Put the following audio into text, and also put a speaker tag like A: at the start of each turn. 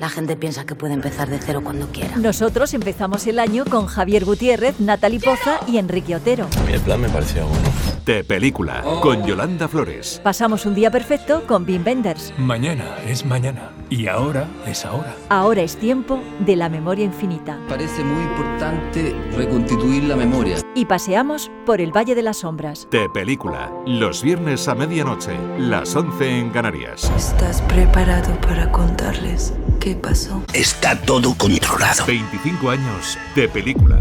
A: La gente piensa que puede empezar de cero cuando quiera.
B: Nosotros empezamos el año con Javier Gutiérrez, Natalie Poza y Enrique Otero.
C: A mí el plan me parecía bueno.
D: De película, con Yolanda Flores.
B: Pasamos un día perfecto con Wim Wenders.
E: Mañana es mañana y ahora es ahora.
B: Ahora es tiempo de la memoria infinita.
F: Parece muy importante reconstituir la memoria.
B: Y paseamos por el Valle de las Sombras.
D: De película, los viernes a medianoche, las 11 en Canarias.
G: ¿Estás preparado para contarles qué pasó?
H: Está todo controlado.
D: 25 años de película.